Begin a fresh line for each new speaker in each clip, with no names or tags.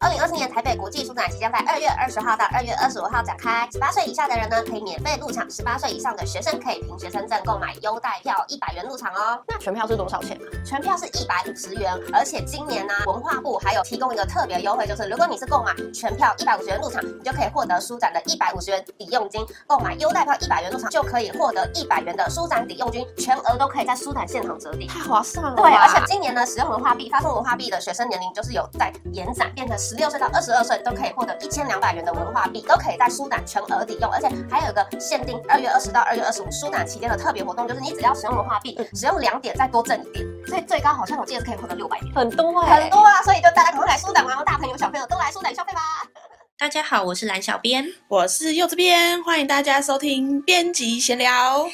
二零二四年台北国际书展即将在二月二十号到二月二十五号展开，十八岁以下的人呢可以免费入场，十八岁以上的学生可以凭学生证购买优待票，一百元入场哦。
那全票是多少钱啊？
全票是一百五十元，而且今年呢、文化部还有提供一个特别优惠，就是如果你是购买全票一百五十元入场，你就可以获得书展的一百五十元抵用金；购买优待票一百元入场，就可以获得一百元的书展抵用金，全额都可以在书展现场折抵。
太划算了吧。
对，而且今年呢，使用文化币、发送文化币的学生年龄就是有在延展，变成十六岁到二十二岁都可以获得一千两百元的文化币，都可以在书展全额抵用，而且还有一个限定二月二十到二月二十五书展期间的特别活动，就是你只要使用文化币，使用两点再多挣一点，所以最高好像我记得是可以获得六百点，
很多哎、
很多啊！所以就大家赶快来书展玩哦，大朋友小朋友都来书展消费吧！
大家好，我是蓝小编。
我是柚子编，欢迎大家收听编辑 闲聊。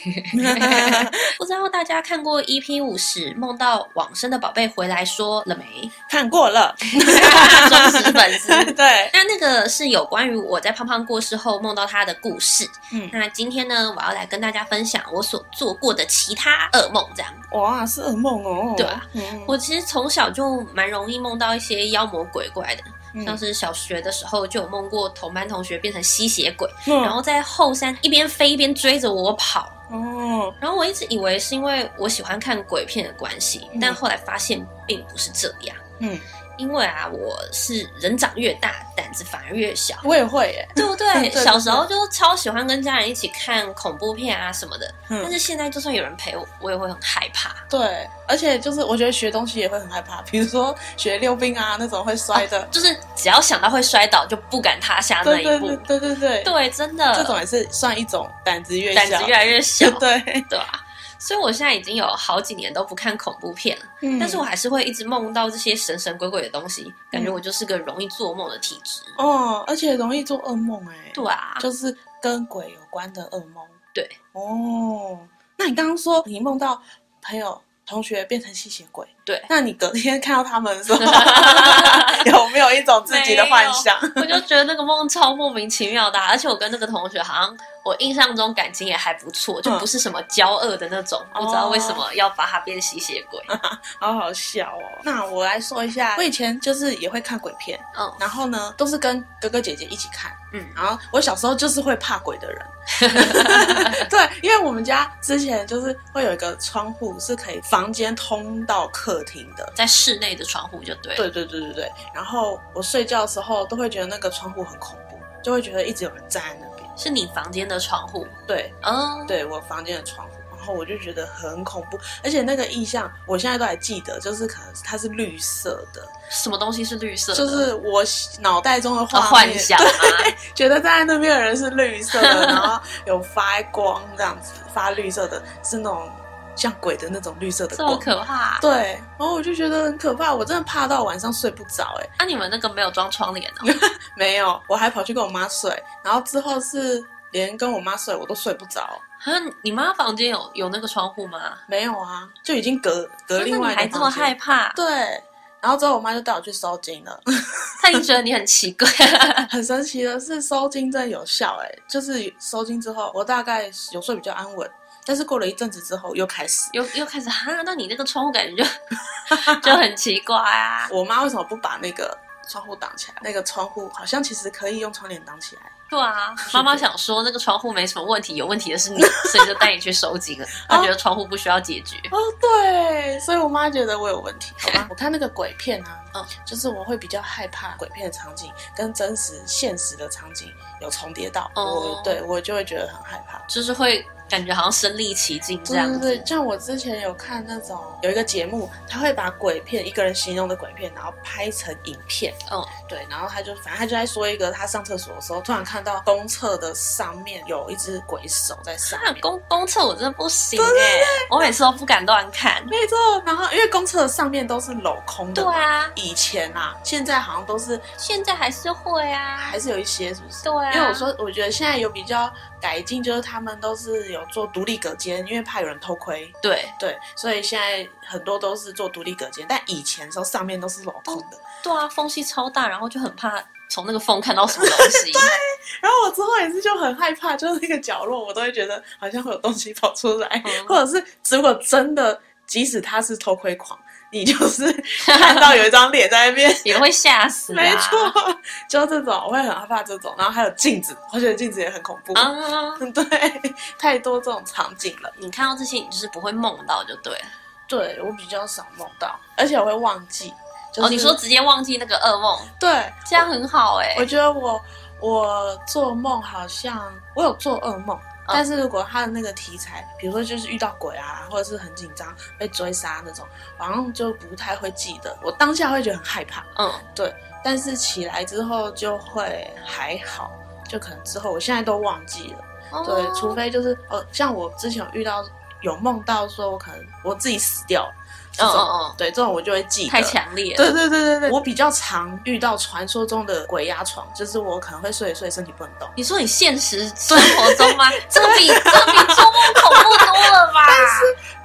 不知道大家看过 EP 五十《梦到往生的宝贝回来说》了没？
看过了，
忠实粉丝。
对，
那那个是有关于我在胖胖过世后梦到他的故事。
嗯
那今天呢，我要来跟大家分享我所做过的其他噩梦。这样，
哇，是噩梦哦。
对啊
嗯，
我其实从小就蛮容易梦到一些妖魔鬼怪的，
嗯
像是小学的时候就有梦过同班同学变成吸血鬼，
嗯
然后在后山一边飞一边追着我跑。
哦，
然后我一直以为是因为我喜欢看鬼片的关系，
嗯
但后来发现并不是这样。
嗯，
因为啊，我是人长越大，胆子反而越 小，
我也会耶。
对不
对
对？
对
小时候就超喜欢跟家人一起看恐怖片啊什么的，
嗯
但是现在就算有人陪我，我也会很害怕。
对，而且就是我觉得学东西也会很害怕， 比如说学溜冰啊那种会摔的。
就是只要想到会摔倒，就不敢踏下啊那
对
一
对
步。
对对对对，
对真的，
这种也是算一种胆子越小，，
胆子越来越小
对，
对啊。所以我现在已经有好几年都不看恐怖片了，
嗯
但是我还是会一直梦到这些神神鬼鬼的东西，感觉
嗯
我就是个容易做梦的体质。
哦，而且容易做噩梦哎。
对 啊，
就是跟鬼有关的噩梦。
对，
哦，那你刚刚说你梦到朋友、同学变成吸血鬼，
对
那你隔天看到他们 的时候，有没有一种自己的幻想？
我就觉得那个梦超莫名其妙的啊、而且我跟那个同学好像，我印象中感情也还不错，就不是什么骄恶的那种，
嗯哦嗯
不知道为什么要把他变吸血鬼。
好好笑哦。那我来说一下，我以前就是也会看鬼片，
嗯，
然后呢，都是跟哥哥姐姐一起看。
嗯
嗯，然后我小时候就是会怕鬼 的人，对，因为我们家之前就是会有一个窗户是可以房间通到客厅的，
在室内的窗户就对了。
对对对对对。然后我睡觉的时候都会觉得那个窗户很恐怖，就会觉得一直有人站在那边。
是你房间的窗户。
对，
嗯，
对我房间的窗户，然后我就觉得很恐怖，而且那个意象我现在都还记得，就是可能它是绿色的，
什么东西是绿色的？
就是我脑袋中的
呃
画面
幻想啊，
觉得站在那边的人是绿 色的，然后有发光这样子，发绿色的是那种像鬼的那种绿色的
这么
光。
可怕。啊
对，然后我就觉得很可怕，我真的怕到晚上睡不着、哎。
啊，你们那个没有装窗帘哦？
没有，我还跑去跟我妈睡，然后之后是连跟我妈睡我都睡不着。
啊，你妈房间有有那个窗户吗？
没有啊，就已经隔隔另
那
外
你
一个
还这么
房间
害怕？
对，然后之后我妈就带我去收金了。
她已经觉得你很奇怪。
很神奇的是，收金真的有效哎、就是收金之后，我大概有睡比较安稳，但是过了一阵子之后又开始。
又又开始哈，那你那个窗户感觉就 就很奇怪啊。
我妈为什么不把那个窗户挡起来？那个窗户好像其实可以用窗帘挡起来。
对啊，妈妈想说那个窗户没什么问题，有问题的是你， 所以就带你去收紧了。她觉得窗户不需要解决。
哦，对，所以我妈觉得我有问题，好吧？我看那个鬼片啊，
嗯
嗯，就是我会比较害怕鬼片的场景跟真实现实的场景有重叠到，
哦
我对我就会觉得很害怕。
就是会感觉好像身临其境这
对
样
对
子
对，。像我之前有看那种有一个节目，他会把鬼片一个人形容的鬼片，然后拍成影片，
嗯，
对，然后他就反正他就在说一个，他上厕所的时候突然看到公厕的上面有一只鬼手在上
那
面，
啊公公厕我真的不行哎、我每次都不敢乱看。
没错，然后因为公厕的上面都是镂空的
对
嘛，
啊，
以前啊，现在好像都是
现在还是会啊
还，是有一些，是不是？
对啊，
因为我说，我觉得现在有比较改进，就是他们都是有做独立隔间，因为怕有人偷窥，
对
对，所以现在很多都是做独立隔间，但以前的时候上面都是镂空的。
对啊，缝隙超大，然后就很怕从那个缝看到什么东 西。
然后我之后也是就很害怕，就是那个角落，我都会觉得好像会有东西跑出来，
嗯
或者是如果真的，即使他是偷窥狂，你就是看到有一张脸在那 边。
也会吓死、啊。
没错，就这种，我会很害怕这种。然后还有镜子，我觉得镜子也很恐怖。
啊，
对，太多这种场景了。
你看到这些，你就是不会梦到就对了。
对我比较少梦到，而且我会忘记。就是、
哦，你说直接忘记那个噩梦，
对，
这样很好哎、
我觉得我我做梦好像我有做噩梦，但是如果他的那个题材，比如说就是遇到鬼啊，或者是很紧张被追杀那种，我好像就不太会记得。我当下会觉得很害怕，
嗯，
但是起来之后就会还好，就可能之后我现在都忘记了。对，
哦
除非就是呃，像我之前有遇到有梦到说我可能我自己死掉了，这种、
嗯嗯嗯
对这种我就会记得。
太强烈了。
对对对对对，我比较常遇到传说中的鬼压床，就是我可能会睡一睡，身体不能动。
你说你现实生活中吗？这个比这个比做梦恐怖多了吧？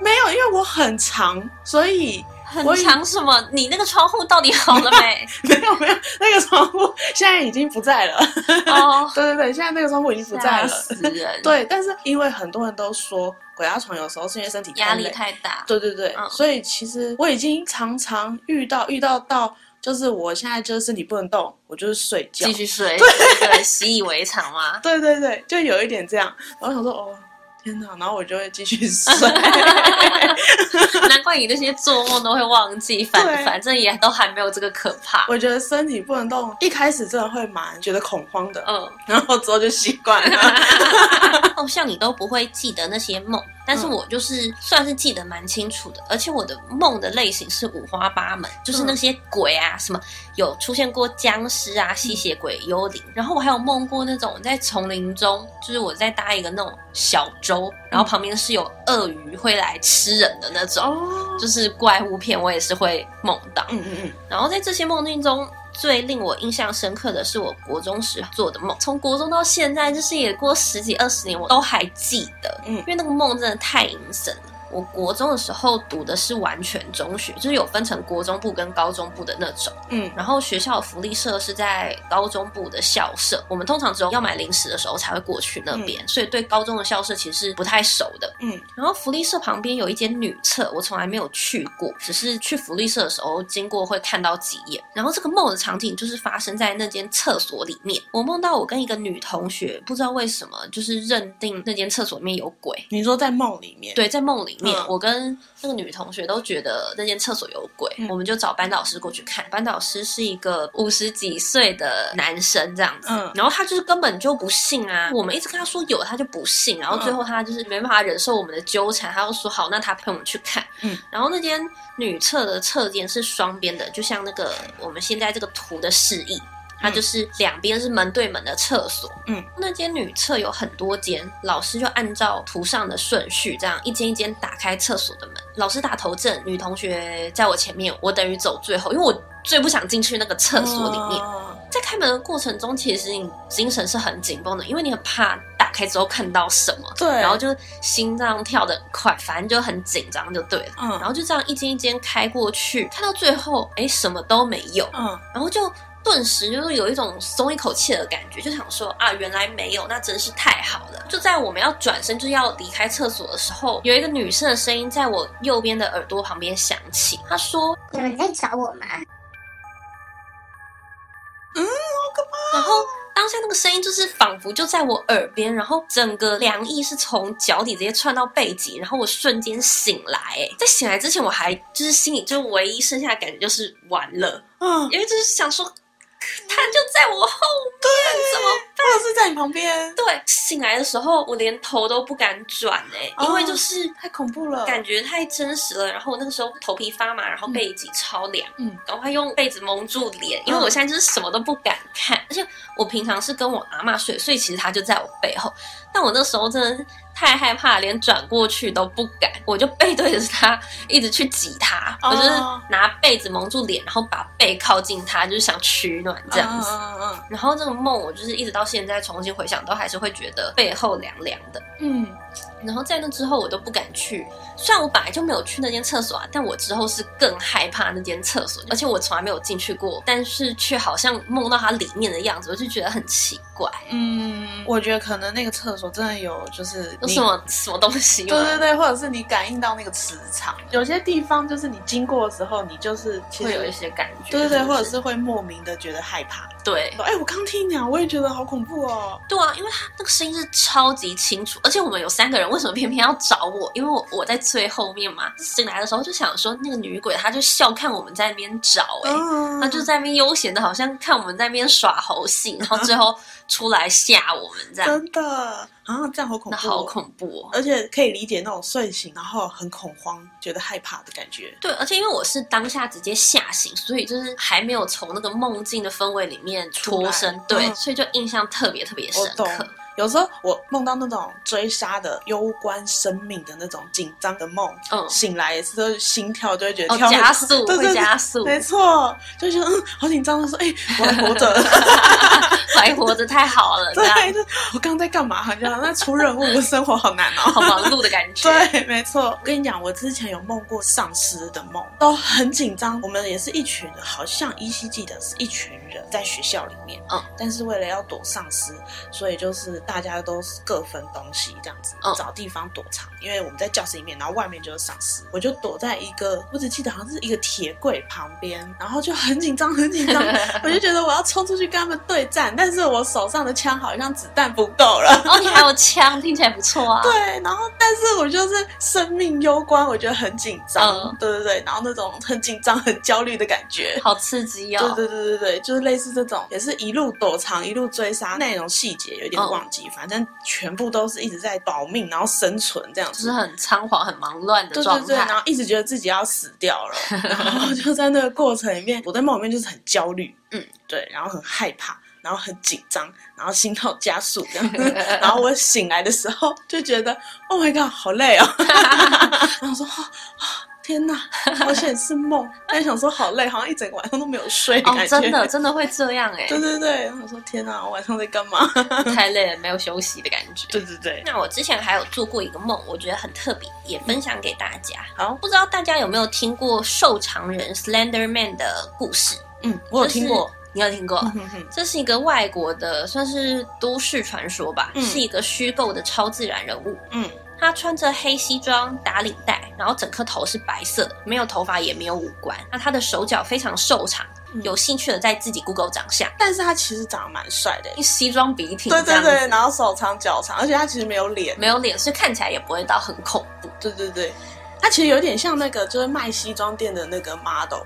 没有，因为我很长，所以
很长什么？你那个窗户到底好了没？
没有没有那个窗户现在已经不在了。
哦，
对对对，现在那个窗户已经不在
吓
了。
死人！，
对，但是因为很多人都说鬼压床有时候是因为身体
压力
累
太大。
对对对，
嗯
所以其实我已经常常遇到遇到到，就是我现在就是身体不能动，我就是睡觉
继。续睡，对对，习以为常嘛。
对对对，就有一点这样。然后想说，哦，天哪！然后我就会继 续睡。
难怪你那些做梦都会忘记，反
对
反正也都还没有这个可怕。
我觉得身体不能动，一开始真的会蛮觉得恐慌的，
嗯，
然后之后就习惯 了。
哦，像你都不会记得那些梦，但是
嗯
我就是算是记得蛮清楚的，而且我的梦的类型是五花八门，就是
嗯
那些鬼啊，什么有出现过僵尸啊、吸血鬼、幽灵，然后我还有梦过那种在丛林中，就是我在搭一个那种小舟，然后旁边是有鳄鱼会来吃人的那种，
哦，
就是怪物片我也是会梦到。
嗯嗯嗯，
然后在这些梦境中，最令我印象深刻的是我国中时做的梦。从国中到现在，就是也过十几二十年，我都还记得。
嗯
因为那个梦真的太阴森了。我国中的时候读的是完全中学，就是有分成国中部跟高中部的那种。
嗯
然后学校的福利社是在高中部的校舍，我们通常只有要买零食的时候才会过去那边，所以对高中的校舍其实是不太熟的。
嗯
然后福利社旁边有一间女厕，我从来没有去过，只是去福利社的时候经过会看到几眼。然后这个梦的场景就是发生在那间厕所里面，我梦到我跟一个女同学，不知道为什么就是认定那间厕所里面有鬼。
你说在梦里面，，
对，在梦里面，
嗯
我跟那个女同学都觉得那间厕所有鬼，
嗯
我们就找班导师过去看。班导师是一个五十几岁的男生这样子，
嗯
然后他就是根本就不信啊。我们一直跟他说有，他就不信，然后最后他就是没办法忍受我们的纠缠，他就说好，那他陪我们去看。
嗯，
然后那间女厕的侧间是双边的，就像那个我们现在这个图的示意。
嗯
它就是两边是门对门的厕所，那间女厕有很多间，老师就按照图上的顺序，这样一间一间打开厕所的门。老师打头阵，女同学在我前面，我等于走最后，因为我最不想进去那个厕所里
哦
面。
面，
在开门的过程中，其实你精神是很紧绷的，因为你很怕打开之后看到什么，
对，
然后就是心脏跳得很快，反正就很紧张就对了。
嗯，
然后就这样一间一间开过去，看到最后，哎，什么都没有。
嗯
然后就顿时就是有一种松一口气的感觉，就想说啊，原来没有，那真是太好了。就在我们要转身就是要离开厕所的时候，有一个女生的声音在我右边的耳朵旁边响起，她说，
有人在找我吗？
然后。当下那个声音就是仿佛就在我耳边，然后整个凉意是从脚底直接窜到背脊，然后我瞬间醒来。哎在醒来之前，我还就是心里就唯一剩下的感觉就是完了，
嗯，
因为就是想说，他就在我后面，怎么
或者啊是在你旁边，
对，醒来的时候我连头都不敢转哎、
哦
因为就是
太恐怖了，
感觉太真实了。然后我那个时候头皮发麻，然后背脊超凉，
嗯
赶快用被子蒙住脸，因为我现在就是什么都不敢看。而且我平常是跟我阿嬷睡，所以其实她就在我背后，但我那时候真的是太害怕，连转过去都不敢，我就背对着她一直去挤她，
哦
我就是拿被子蒙住脸，然后把背靠近她，就是想取暖这样子。
嗯嗯
然后这个梦，我就是一直到现在重新回想，都还是会觉得背后凉凉的。
嗯嗯，
然后在那之后，我都不敢去。虽然我本来就没有去那间厕所啊，但我之后是更害怕那间厕所，而且我从来没有进去过，但是却好像梦到它里面的样子，我就觉得很奇怪。
嗯，我觉得可能那个厕所真的有，就是
有什么什么东西吗？
对对对，或者是你感应到那个磁场，有些地方就是你经过的时候，你就是其
会有
实
一些感觉，
对对对，
是不
或者
是
是会莫名的觉得害怕。
对
哎、我刚听你讲，我也觉得好恐怖哦。
对啊，因为他那个声音是超级清楚，而且我们有三个人，为什么偏偏要找我？因为我我在最后面嘛，进来的时候就想说那个女鬼，她就笑看我们在那边找、欸，哎、
嗯
她就在那边悠闲的，好像看我们在那边耍猴戏，然后最后出来吓我们这样，
真的啊，这样好恐
那
怖、
好，恐怖哦。
而且可以理解那种睡醒然后很恐慌、觉得害怕的感觉。
对，而且因为我是当下直接吓醒，所以就是还没有从那个梦境的氛围里面脱身
出来，
对，
嗯
所以就印象特别特别深
我懂
刻。。
有时候我梦到那种追杀的、攸关生命的那种紧张的梦，
嗯，
醒来也是都是心跳就会觉得
哦，
跳很快、
加速
对
会
对对，
加速，
没错，就觉得嗯，好紧张，说哎、我还活着，
还活着太好 了，这样
对，就我刚刚在干嘛？好像那出任务，我生活好难哦。
好忙碌的感觉。
对，没错。我跟你讲，我之前有梦过丧尸的梦，都很紧张。我们也是一群人，好像依稀记得是一群人在学校里面，
嗯，
但是为了要躲丧尸，所以就是大家都是各分东西这样子，
嗯
找地方躲藏。因为我们在教室里面，然后外面就是丧尸，我就躲在一个，我只记得好像是一个铁柜旁边，然后就很紧张，很紧张。我就觉得我要冲出去跟他们对战，但是我手上的枪好像子弹不够了。
哦，你还有枪，听起来不错啊。
对，然后但是我就是生命攸关，我觉得很紧张，
嗯
对对对，然后那种很紧张、很焦虑的感觉。
好刺激
对
哦！
对对对对，就是类似这种，也是一路躲藏，一路追杀，那种细节有点
嗯
忘记，反正全部都是一直在保命，然后生存这样
就
子。
是很仓皇、很忙乱的
对
状
对对，
态。哦
然后一直觉得自己要死掉 了，然后就在那个过程里面，我在梦里面就是很焦虑，
嗯，
对，然后很害怕，然后很紧张，然后心跳加速这样， 然后我醒来的时候就觉得，Oh my god，好 累哦，然后我说啊啊，天哪，好险是梦，但想说好累，好像一整个晚上都没有睡的
哦，
感觉，
真的真的会这样 哎、
对对对，然后我说天哪，我晚上在干 嘛？
太累了，没有休息的感觉。
对对对，
那我之前还有做过一个梦，我觉得很特别，也分享给大家。
好，
不知道大家有没有听过瘦长人 Slender Man 的故事？
嗯，我有听过，，
你有听过？
嗯哼哼
这是一个外国的，算是都市传说吧，
嗯
是一个虚构的超自然人物。
嗯
他穿着黑西装，打领带，然后整颗头是白色的，没有头发，也没有五官。那他的手脚非常瘦长，
嗯
有兴趣的在自己 Google 长相，
但是他其实长得蛮帅的耶。
西装笔挺
对
这
对
样子，
对，然后手长脚长，而且他其实没有脸。
没有脸，所以看起来也不会到很恐怖。
对对对，他其实有点像那个就是卖西装店的那个 model。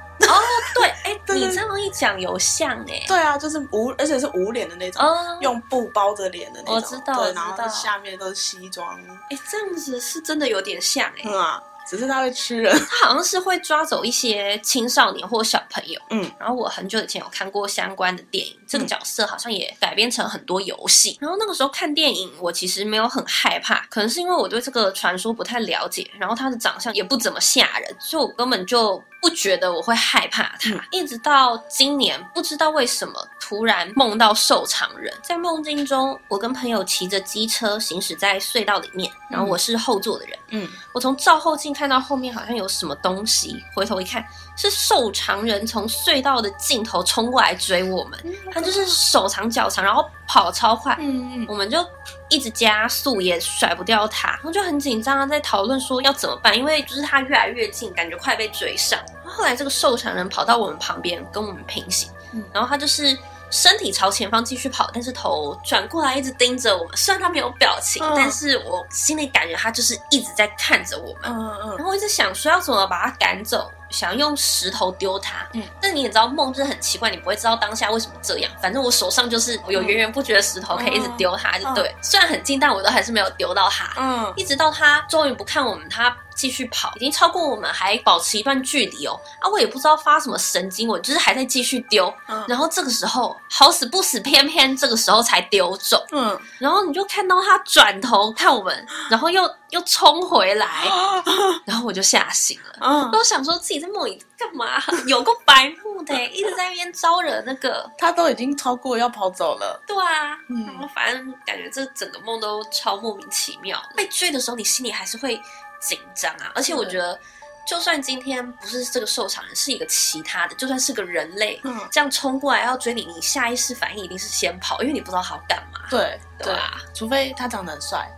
对，哎、
对
你
对
这样一讲有像哎、
对啊，就是无，而且是无脸的那种。
哦，
用布包着脸的那种，
我知道我
对，
知
然
道
后下面都是西装，
哎、这样子是真的有点像哎、
嗯啊，只是他会吃人，
他好像是会抓走一些青少年或小朋友。
嗯，
然后我很久以前有看过相关的电影，这个角色好像也改编成很多游戏。然后那个时候看电影，我其实没有很害怕，可能是因为我对这个传说不太了解，然后他的长相也不怎么吓人，所以我根本就不觉得我会害怕他。
嗯
一直到今年，不知道为什么突然梦到瘦长人，在梦境中，我跟朋友骑着机车行驶在隧道里面，然后我是后座的人。
嗯，
我从照后镜看到后面好像有什么东西，回头一看是瘦长人从隧道的尽头冲过来追我们，他就是手长脚长，然后跑超快，
嗯嗯
我们就一直加速也甩不掉他，然后就很紧张啊，在讨论说要怎么办，因为就是他越来越近，感觉快被追上。然后后来这个瘦长人跑到我们旁边跟我们平行，
嗯
然后他就是。身体朝前方继续跑，但是头转过来一直盯着我们。虽然他没有表情，
嗯
但是我心里感觉他就是一直在看着我们。
嗯嗯
然后我一直想说要怎么把他赶走，想用石头丢他。
嗯
嗯，但你也知道梦就是很奇怪，你不会知道当下为什么这样。反正我手上就是有源源不绝的石
嗯
头，可以一直丢他，就对。虽然很近，但我都还是没有丢到他。
嗯，
一直到他终于不看我们，他继续跑，已经超过我们，还保持一段距离哦。啊，我也不知道发什么神经，我就是还在继续丢。
嗯
然后这个时候好死不死，偏偏这个时候才丢走。
嗯，
然后你就看到他转头看我们，然后又又冲回 来。
啊
然后我就吓醒了。
嗯，
都想说自己在梦里干嘛， 有个白目的、欸一直在那边招惹那个。
他都已经超过要跑走了，
对啊，
嗯
然后反正感觉这整个梦都超莫名其妙的。被追的时候，你心里还是会紧张啊，而且我觉得。就算今天不是这个受伤人，是一个其他的，就算是个人类，
嗯
这样冲过来要追你，你下意识反应一定是先跑，因为你不知道他要干嘛，
对啊
对吧？
除非他长得很帅，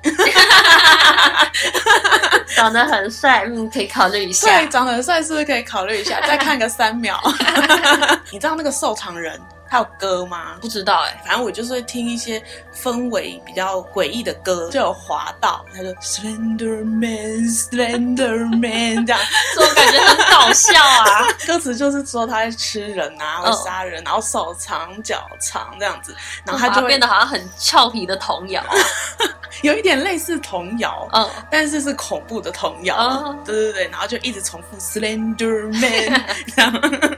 长得很帅，嗯，可以考虑一
对，长得很帅是不是可以考虑一 下？再看个三秒。 你知道那个瘦长人他有歌吗？
不知道哎、
反正我就是会听一些氛围比较诡异的歌，就有滑到，他就 Slender Man Slender Man 这样，
这种感觉很搞笑 啊。
歌词就是说他会吃人啊，会
嗯
杀人，然后手长脚长这样子，然
然
后
后
他
他就
就会
哦啊变得好像很俏皮的童 谣，
有一点类似童谣，
嗯，
但是是恐怖的童谣。
哦
对对对，然后就一直重复 Slender Man 这样。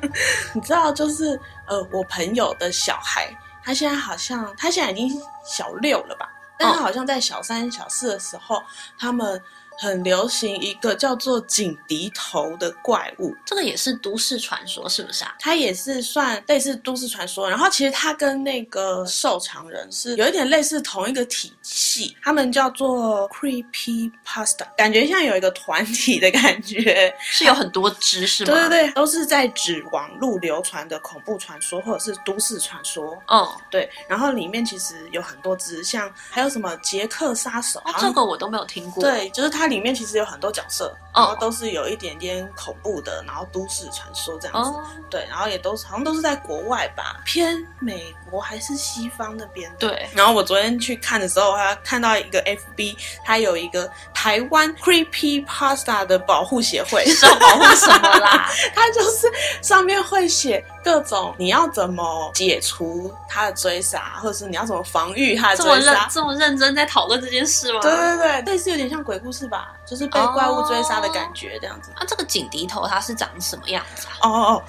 你知道，就是呃，我朋友的小孩，他现在好像他现在已经小六了吧？但他好像在小三、小四的时候，他们很流行一个叫做警笛头的怪物。
这个也是都市传说，是不是啊？
它也是算类似都市传说，然后其实它跟那个瘦长人是有一点类似同一个体系，他们叫做 Creepy Pasta，感觉像有一个团体的感觉。
是有很多只是吗？嗯
对对，对，都是在指网路流传的恐怖传说或者是都市传说。
嗯，
对，然后里面其实有很多只，像还有什么捷克杀手，
哦
好
这
像
个我都没有听过。，
对，就是它里面其实有很多角色，
哦
然后都是有一点点恐怖的，然后都市传说这样子。
哦，
对，然后也都是好像都是在国外吧，偏美国还是西方那边。。
对，
然后我昨天去看的时候，我还看到一个 FB，它有一个台湾 Creepy Pasta 的保护协会，
是要保护什么啦？
它就是上面会写各种你要怎么解除它的追杀，或者是你要怎么防御它的
这么
追
认
杀。
这么认真在讨论这件事吗？哦
对对对，类似有点像鬼故事吧，就是被怪物追杀的感觉这样子。
啊，这个警笛头它是长什么样子啊？
哦哦， 哦，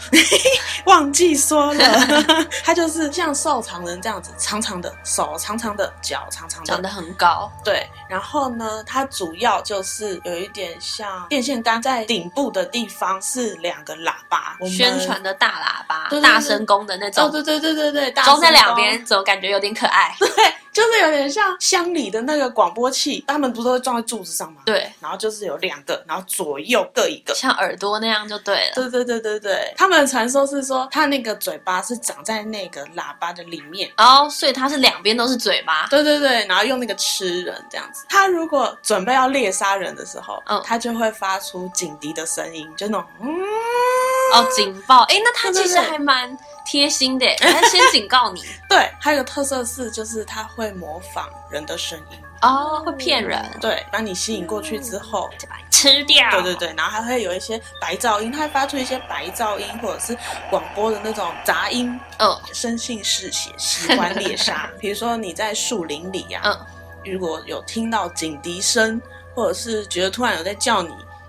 忘记说 了，它就是像瘦长人这样子，长长的手，长长的脚，长长
长
的，
得很高，
对。然后呢，它主要就是有一点像电线杆在顶部的地方是两个喇叭，我们
宣传。的大喇叭
对对对、
大声公的那
哦，
种，
对对对对对，大
装在
声
两
公，
边，怎么感觉有点可爱？
对，就是有点像乡里的那个广播器，他们不是都会装在柱子上吗？，
对，
然后就是有两个，然后左右各一个，
像耳朵那样就对了。
对对对对对，他们的传说是说他那个嘴巴是长在那个喇叭的里面。
然后，所以它是两边都是嘴巴，
对对对，然后用那个吃人这样子。他如果准备要猎杀人的时候，
嗯
他就会发出警笛的声音，就那种嗯，
哦，警报！哎，那它
对对
其实
对
还蛮贴心 的，它先警告你
对。还有个特色是，就是他会模仿人的声音，
哦，会骗人，
对，把你吸引过去之后，
就把你吃掉。
对对，对，然后还会有一些白噪音，它会发出一些白噪音或者是广播的那种杂音，
嗯，
生性嗜血，喜欢 猎杀。比如说你在树林里呀、
嗯
如果有听到警笛声，或者是觉得突然有在叫你，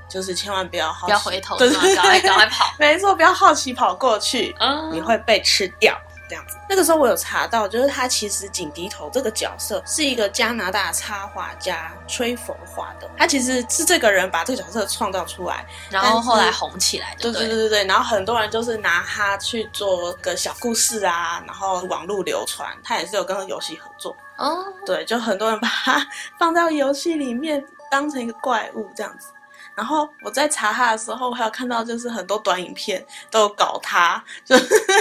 就是千万不要好奇
不要回头，
对
是
对
吧赶快
对，
赶快跑。
没错，不要好奇跑过去，你
嗯，
会被吃掉。这样子，那个时候我有查到，就是他其实警笛头这个角色是一个加拿大插画家吹佛画的，他其实是这个人把这个角色创造出来，
然后后
但
来
是
红起来，
对
对不
对
对？
对对对，然后很多人就是拿它去做个小故事啊，然后网络流传，它也是有跟游戏合作，
哦，
对，就很多人把它放到游戏里面当成一个怪物这样子。然后我在查它的时候，我还有看到就是很多短影片都有搞它，就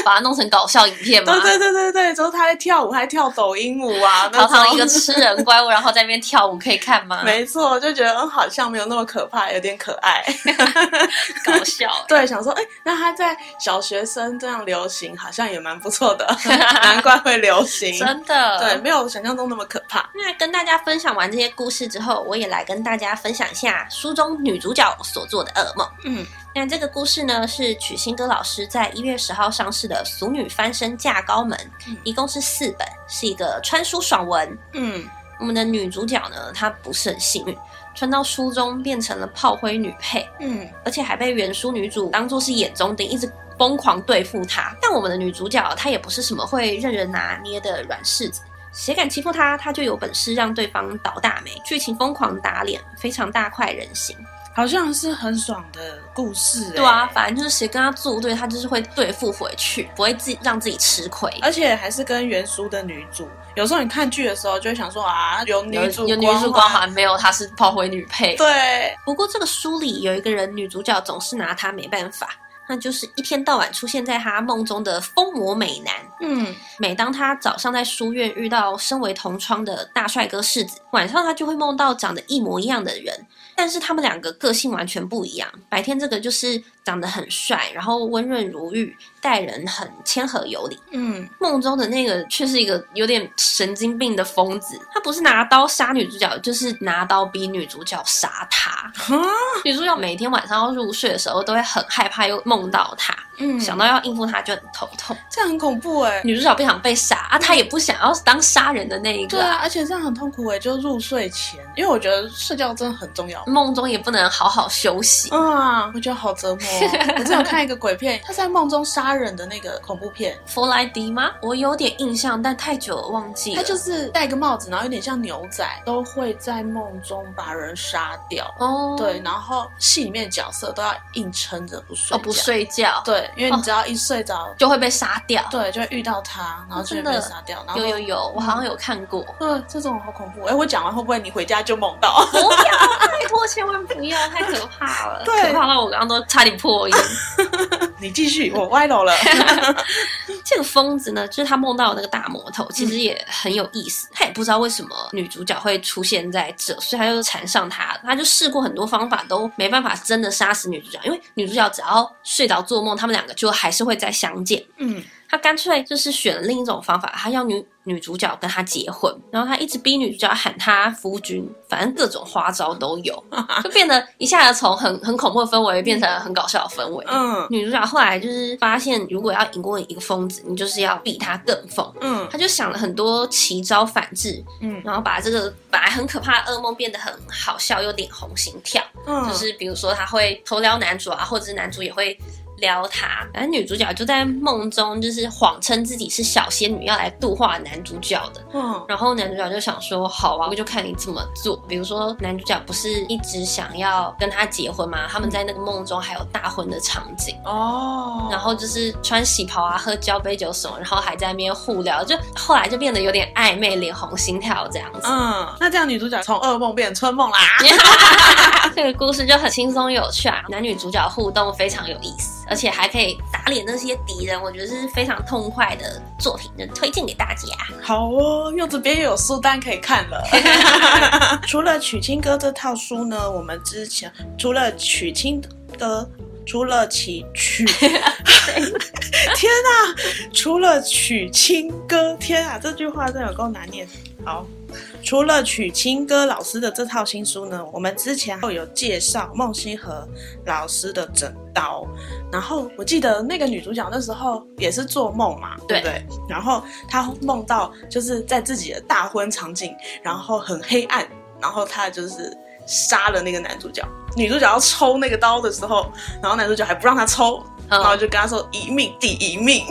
把它弄成搞笑影片嘛
对。对对对对，就是它在跳舞，还跳抖音舞啊，那
堂堂一个
种
吃人怪物，然后在那边跳舞，可以看吗？
没错，就觉得嗯好像没有那么可怕，有点可爱。
搞笑欸、
对，想说，哎、那他在小学生这样流行，好像也蛮不错 的，难怪会流行。
真的。
对，，没有想象中那么可怕。
那跟大家分享完这些故事之后，我也来跟大家分享一下书中女主角所做的噩梦。
嗯，
那这个故事呢，是曲新歌老师在一月十号上市的《俗女翻身嫁高门》
嗯
一共是四本，是一个穿书爽文。
嗯，
我们的女主角呢，她不是很幸运，穿到书中变成了炮灰女配，
嗯，
而且还被原书女主当做是眼中钉，一直疯狂对付她。但我们的女主角她也不是什么会任人拿捏的软柿子，谁敢欺负她，她就有本事让对方倒大霉。剧情疯狂打脸，非常大快人心。
好像是很爽的故事、欸。
对啊，反正就是谁跟他作对，他就是会对付回去，不会自己让自己吃亏。
而且还是跟原书的女主。有时候你看剧的时候，就会想说啊，有女主
有女主光环没有？她是炮灰女配。
对。
不过这个书里有一个人，女主角总是拿她没办法。那就是一天到晚出现在他梦中的疯魔美男。
嗯，
每当他早上在书院遇到身为同窗的大帅哥世子，晚上他就会梦到长得一模一样的人，但是他们两个个性完全不一样。白天这个就是长得很帅，然后温润如玉，待人很谦和有礼。
嗯，
梦中的那个却是一个有点神经病的疯子，他不是拿刀杀女主角，就是拿刀逼女主角杀他。 女主角每天晚上要入睡的时候，都会很害怕，又梦到他，
嗯，
想到要应付他就很头痛。
这样很恐怖哎、
女主角不想被杀啊，她也不想要当杀人的那一
对
个啊、
啊，而且这样很痛苦哎、就入睡前，因为我觉得睡觉真的很重要。
梦中也不能好好休息。嗯
啊，我觉得好折 磨哦、我之前有看一个鬼片，他在梦中杀人的那个恐怖片，
弗莱迪吗？我有点印象，但太久了忘记了。
他就是戴个帽子，然后有点像牛仔，都会在梦中把人杀掉。
哦，
对，，然后戏里面的角色都要硬撑着不睡
哦
觉，
不睡觉
对，因为
哦
你只要一睡着，
就会被杀掉。
对，就会遇到他，然后就会被杀掉。然后
有有有，我好像有看过。
对，这种好恐怖。哎，我讲完会不会你回家就梦到？
不要，哦拜托，千万不要，太可怕了，
对
可怕到我刚刚都差点破音。
你继续，我歪 楼了。
这个疯子呢，就是他梦到的那个大魔头，其实也很有意思。他也不知道为什么女主角会出现在这，所以他就缠上她。他就试过很多方法，都没办法真的杀死女主角，因为女主角只要睡着做梦，他们两个就还是会再相见。
嗯，
他干脆就是选了另一种方法，他要女女主角跟他结婚，然后他一直逼女主角喊他夫君，反正各种花招都有， 就变得一下子从很很恐怖的氛围变成很搞笑的氛围。
嗯
女主角后来就是发现，如果要赢过一个疯子，你就是要比他更疯。
嗯
她就想了很多奇招反制，
嗯
然后把这个本来很可怕的噩梦变得很好笑，又脸红心跳。
嗯，
就是比如说她会偷撩男主啊，或者是男主也会撩她。反正女主角就在梦中就是谎称自己是小仙女，要来度化男主角的。
嗯
然后男主角就想说，好啊，我就看你怎么做。比如说，男主角不是一直想要跟她结婚吗？他们在那个梦中还有大婚的场景，
哦，
然后就是穿喜袍啊，喝交杯酒什么，然后还在那边互聊，就后来就变得有点暧昧，脸红心跳这样子。
嗯，那这样女主角从噩梦变成春梦啦。
这个故事就很轻松有趣啊，男女主角互动非常有意思，而且还可以打脸那些敌人，我觉得是非常痛快的作品，能推荐给大家。
好哦，柚子边也有书单可以看了。除了《娶亲歌》这套书呢，我们之前除了《娶亲歌》。除了娶 娶，天啊！除了娶亲歌，天啊！这句话真的有够难念。好，除了娶亲歌老师的这套新书呢，我们之前有介绍孟西和老师的《整刀》，然后我记得那个女主角那时候也是做梦嘛，对不对？然后她梦到就是在自己的大婚场景，然后很黑暗，然后她就是杀了那个男主角。女主角要抽那个刀的时候，然后男主角还不让她抽，然后
嗯，
就跟她说一命抵 一命。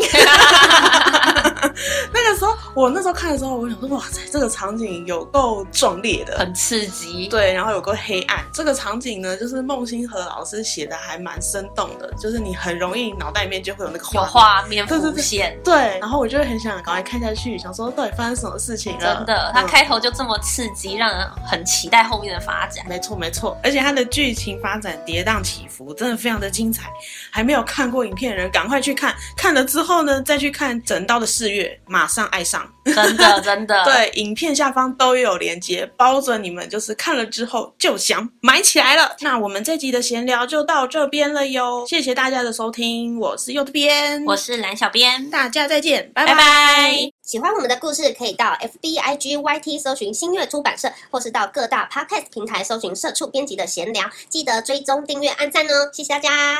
那个时候我那时候看的时候，我想说哇塞，这个场景有够壮烈的，
很刺激。
对，然后有个黑暗，这个场景呢，就是孟星河老师写的还蛮生动的，就是你很容易脑袋里面就会有那个
有
画面。
画面浮现，
对，然后我就会很想赶快看下去，想说到底发生什么事情了。
真的，它
嗯
开头就这么刺激，让人很期待后面的发展。
没错没错，而且它的剧情发展跌宕起伏，真的非常的精彩。还没有看过影片的人，赶快去看。看了之后呢，再去看整刀的四月，马上爱上。
真的，真的，，
对，影片下方都有连接，包准你们就是看了之后就想买起来了。那我们这集的闲聊就到这边了哟，谢谢大家的收听，我是柚子边，
我是蓝小编，
大家再见，拜
拜
拜。
拜。
喜欢我们的故事，可以到 FB、IG、YT 搜寻新月出版社，或是到各大 Podcast 平台搜寻社畜编辑的闲聊，记得追踪、订阅、按赞哦，谢谢大家。